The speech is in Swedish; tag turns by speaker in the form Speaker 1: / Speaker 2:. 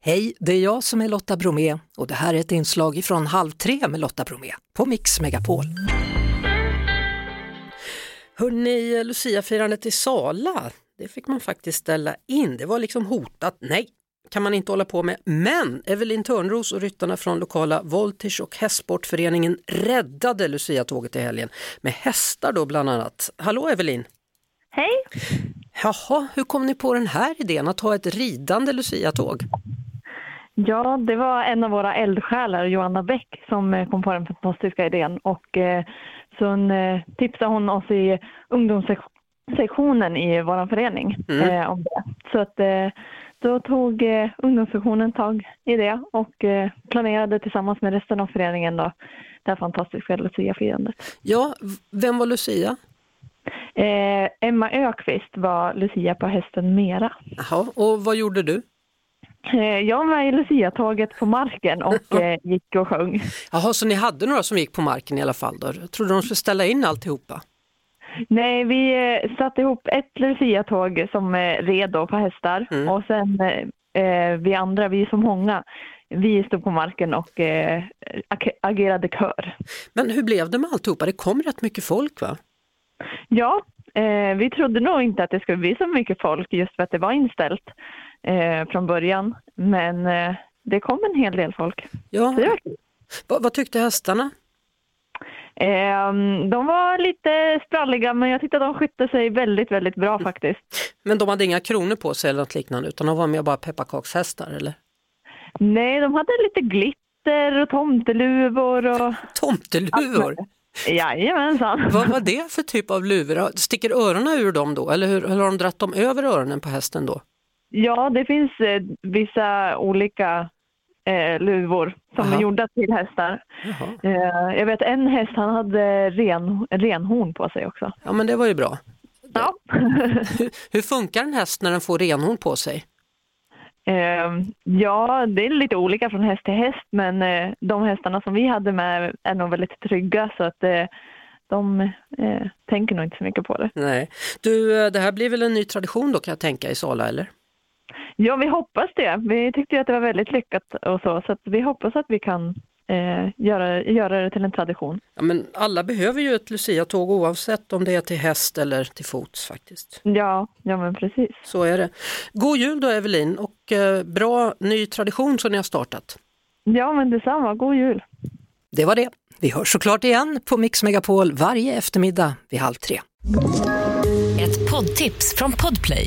Speaker 1: Hej, det är jag som är Lotta Bromé och det här är ett inslag från Halv tre med Lotta Bromé på Mix Megapol.
Speaker 2: Hörrni, Luciafirandet i Sala, det fick man faktiskt ställa in. Det var liksom hotat. Nej, kan man inte hålla på med. Men Evelin Törnros och ryttarna från lokala Voltage och hästsportföreningen räddade Lucia-tåget i helgen med hästar då bland annat. Hallå Evelin!
Speaker 3: Hej!
Speaker 2: Jaha, hur kom ni på den här idén att ha ett ridande Lucia-tåg?
Speaker 3: Ja, det var en av våra eldsjälar, Joanna Bäck, som eh, kom på den fantastiska idén. Och eh, sen eh, tipsade hon oss i ungdomssektionen i vår förening
Speaker 2: Mm.
Speaker 3: eh, om det. Så att, eh, då tog eh, ungdomssektionen tag i det och eh, planerade tillsammans med resten av föreningen då, det här fantastiska Lucia-firandet.
Speaker 2: Ja, v- vem var Lucia?
Speaker 3: Eh, Emma Ökvist var Lucia på hästen Mera.
Speaker 2: Jaha, och vad gjorde du?
Speaker 3: Eh, jag var i Lucia-tåget på marken och eh, gick och sjöng.
Speaker 2: Jaha, så ni hade några som gick på marken i alla fall då? Jag trodde de skulle ställa in alltihopa?
Speaker 3: Nej, vi eh, satte ihop ett Lucia-tåg som eh, red då på hästar
Speaker 2: Mm.
Speaker 3: och sen eh, eh, vi andra, vi som många, vi stod på marken och eh, ag- agerade kör.
Speaker 2: Men hur blev det med alltihopa? Det kom rätt mycket folk va?
Speaker 3: Ja, eh, vi trodde nog inte att det skulle bli så mycket folk just för att det var inställt eh, från början, men eh, det kom en hel del folk.
Speaker 2: Ja.
Speaker 3: Det var kul.
Speaker 2: Vad, vad tyckte hästarna?
Speaker 3: Ehm, de var lite spralliga, men jag tyckte de skytte sig väldigt, väldigt bra faktiskt.
Speaker 2: Men de hade inga kronor på sig eller något liknande utan de var med bara pepparkakshästar eller?
Speaker 3: Nej, de hade lite glitter och tomteluvor och
Speaker 2: Tomteluvor?
Speaker 3: Jajamensan.
Speaker 2: Vad var det för typ av luvor? Sticker öronen ur dem då eller hur, hur har de dratt dem över öronen på hästen då?
Speaker 3: Ja, det finns eh, vissa olika eh, luvor som
Speaker 2: Aha.
Speaker 3: är gjorda till hästar.
Speaker 2: Jaha.
Speaker 3: Eh, jag vet en häst, han hade ren, renhorn på sig också.
Speaker 2: Ja men det var ju bra.
Speaker 3: Ja.
Speaker 2: Hur, hur funkar en häst när den får renhorn på sig?
Speaker 3: Eh, ja, det är lite olika från häst till häst, men eh, de hästarna som vi hade med är nog väldigt trygga så att eh, de eh, tänker nog inte så mycket på det.
Speaker 2: Nej. Du, eh, det här blir väl en ny tradition då kan jag tänka i Sala eller?
Speaker 3: Ja, vi hoppas det. Vi tyckte ju att det var väldigt lyckat och så, så att vi hoppas att vi kan eh, göra, göra det till en tradition.
Speaker 2: Ja, men alla behöver ju ett Lucia-tåg oavsett om det är till häst eller till fots faktiskt.
Speaker 3: Ja, ja men precis.
Speaker 2: Så är det. God jul då Evelin och eh, bra ny tradition som ni har startat.
Speaker 3: Ja, men detsamma. God jul!
Speaker 1: Det var det. Vi hörs såklart igen på Mix Megapol varje eftermiddag vid halv tre.
Speaker 4: Ett poddtips från Podplay.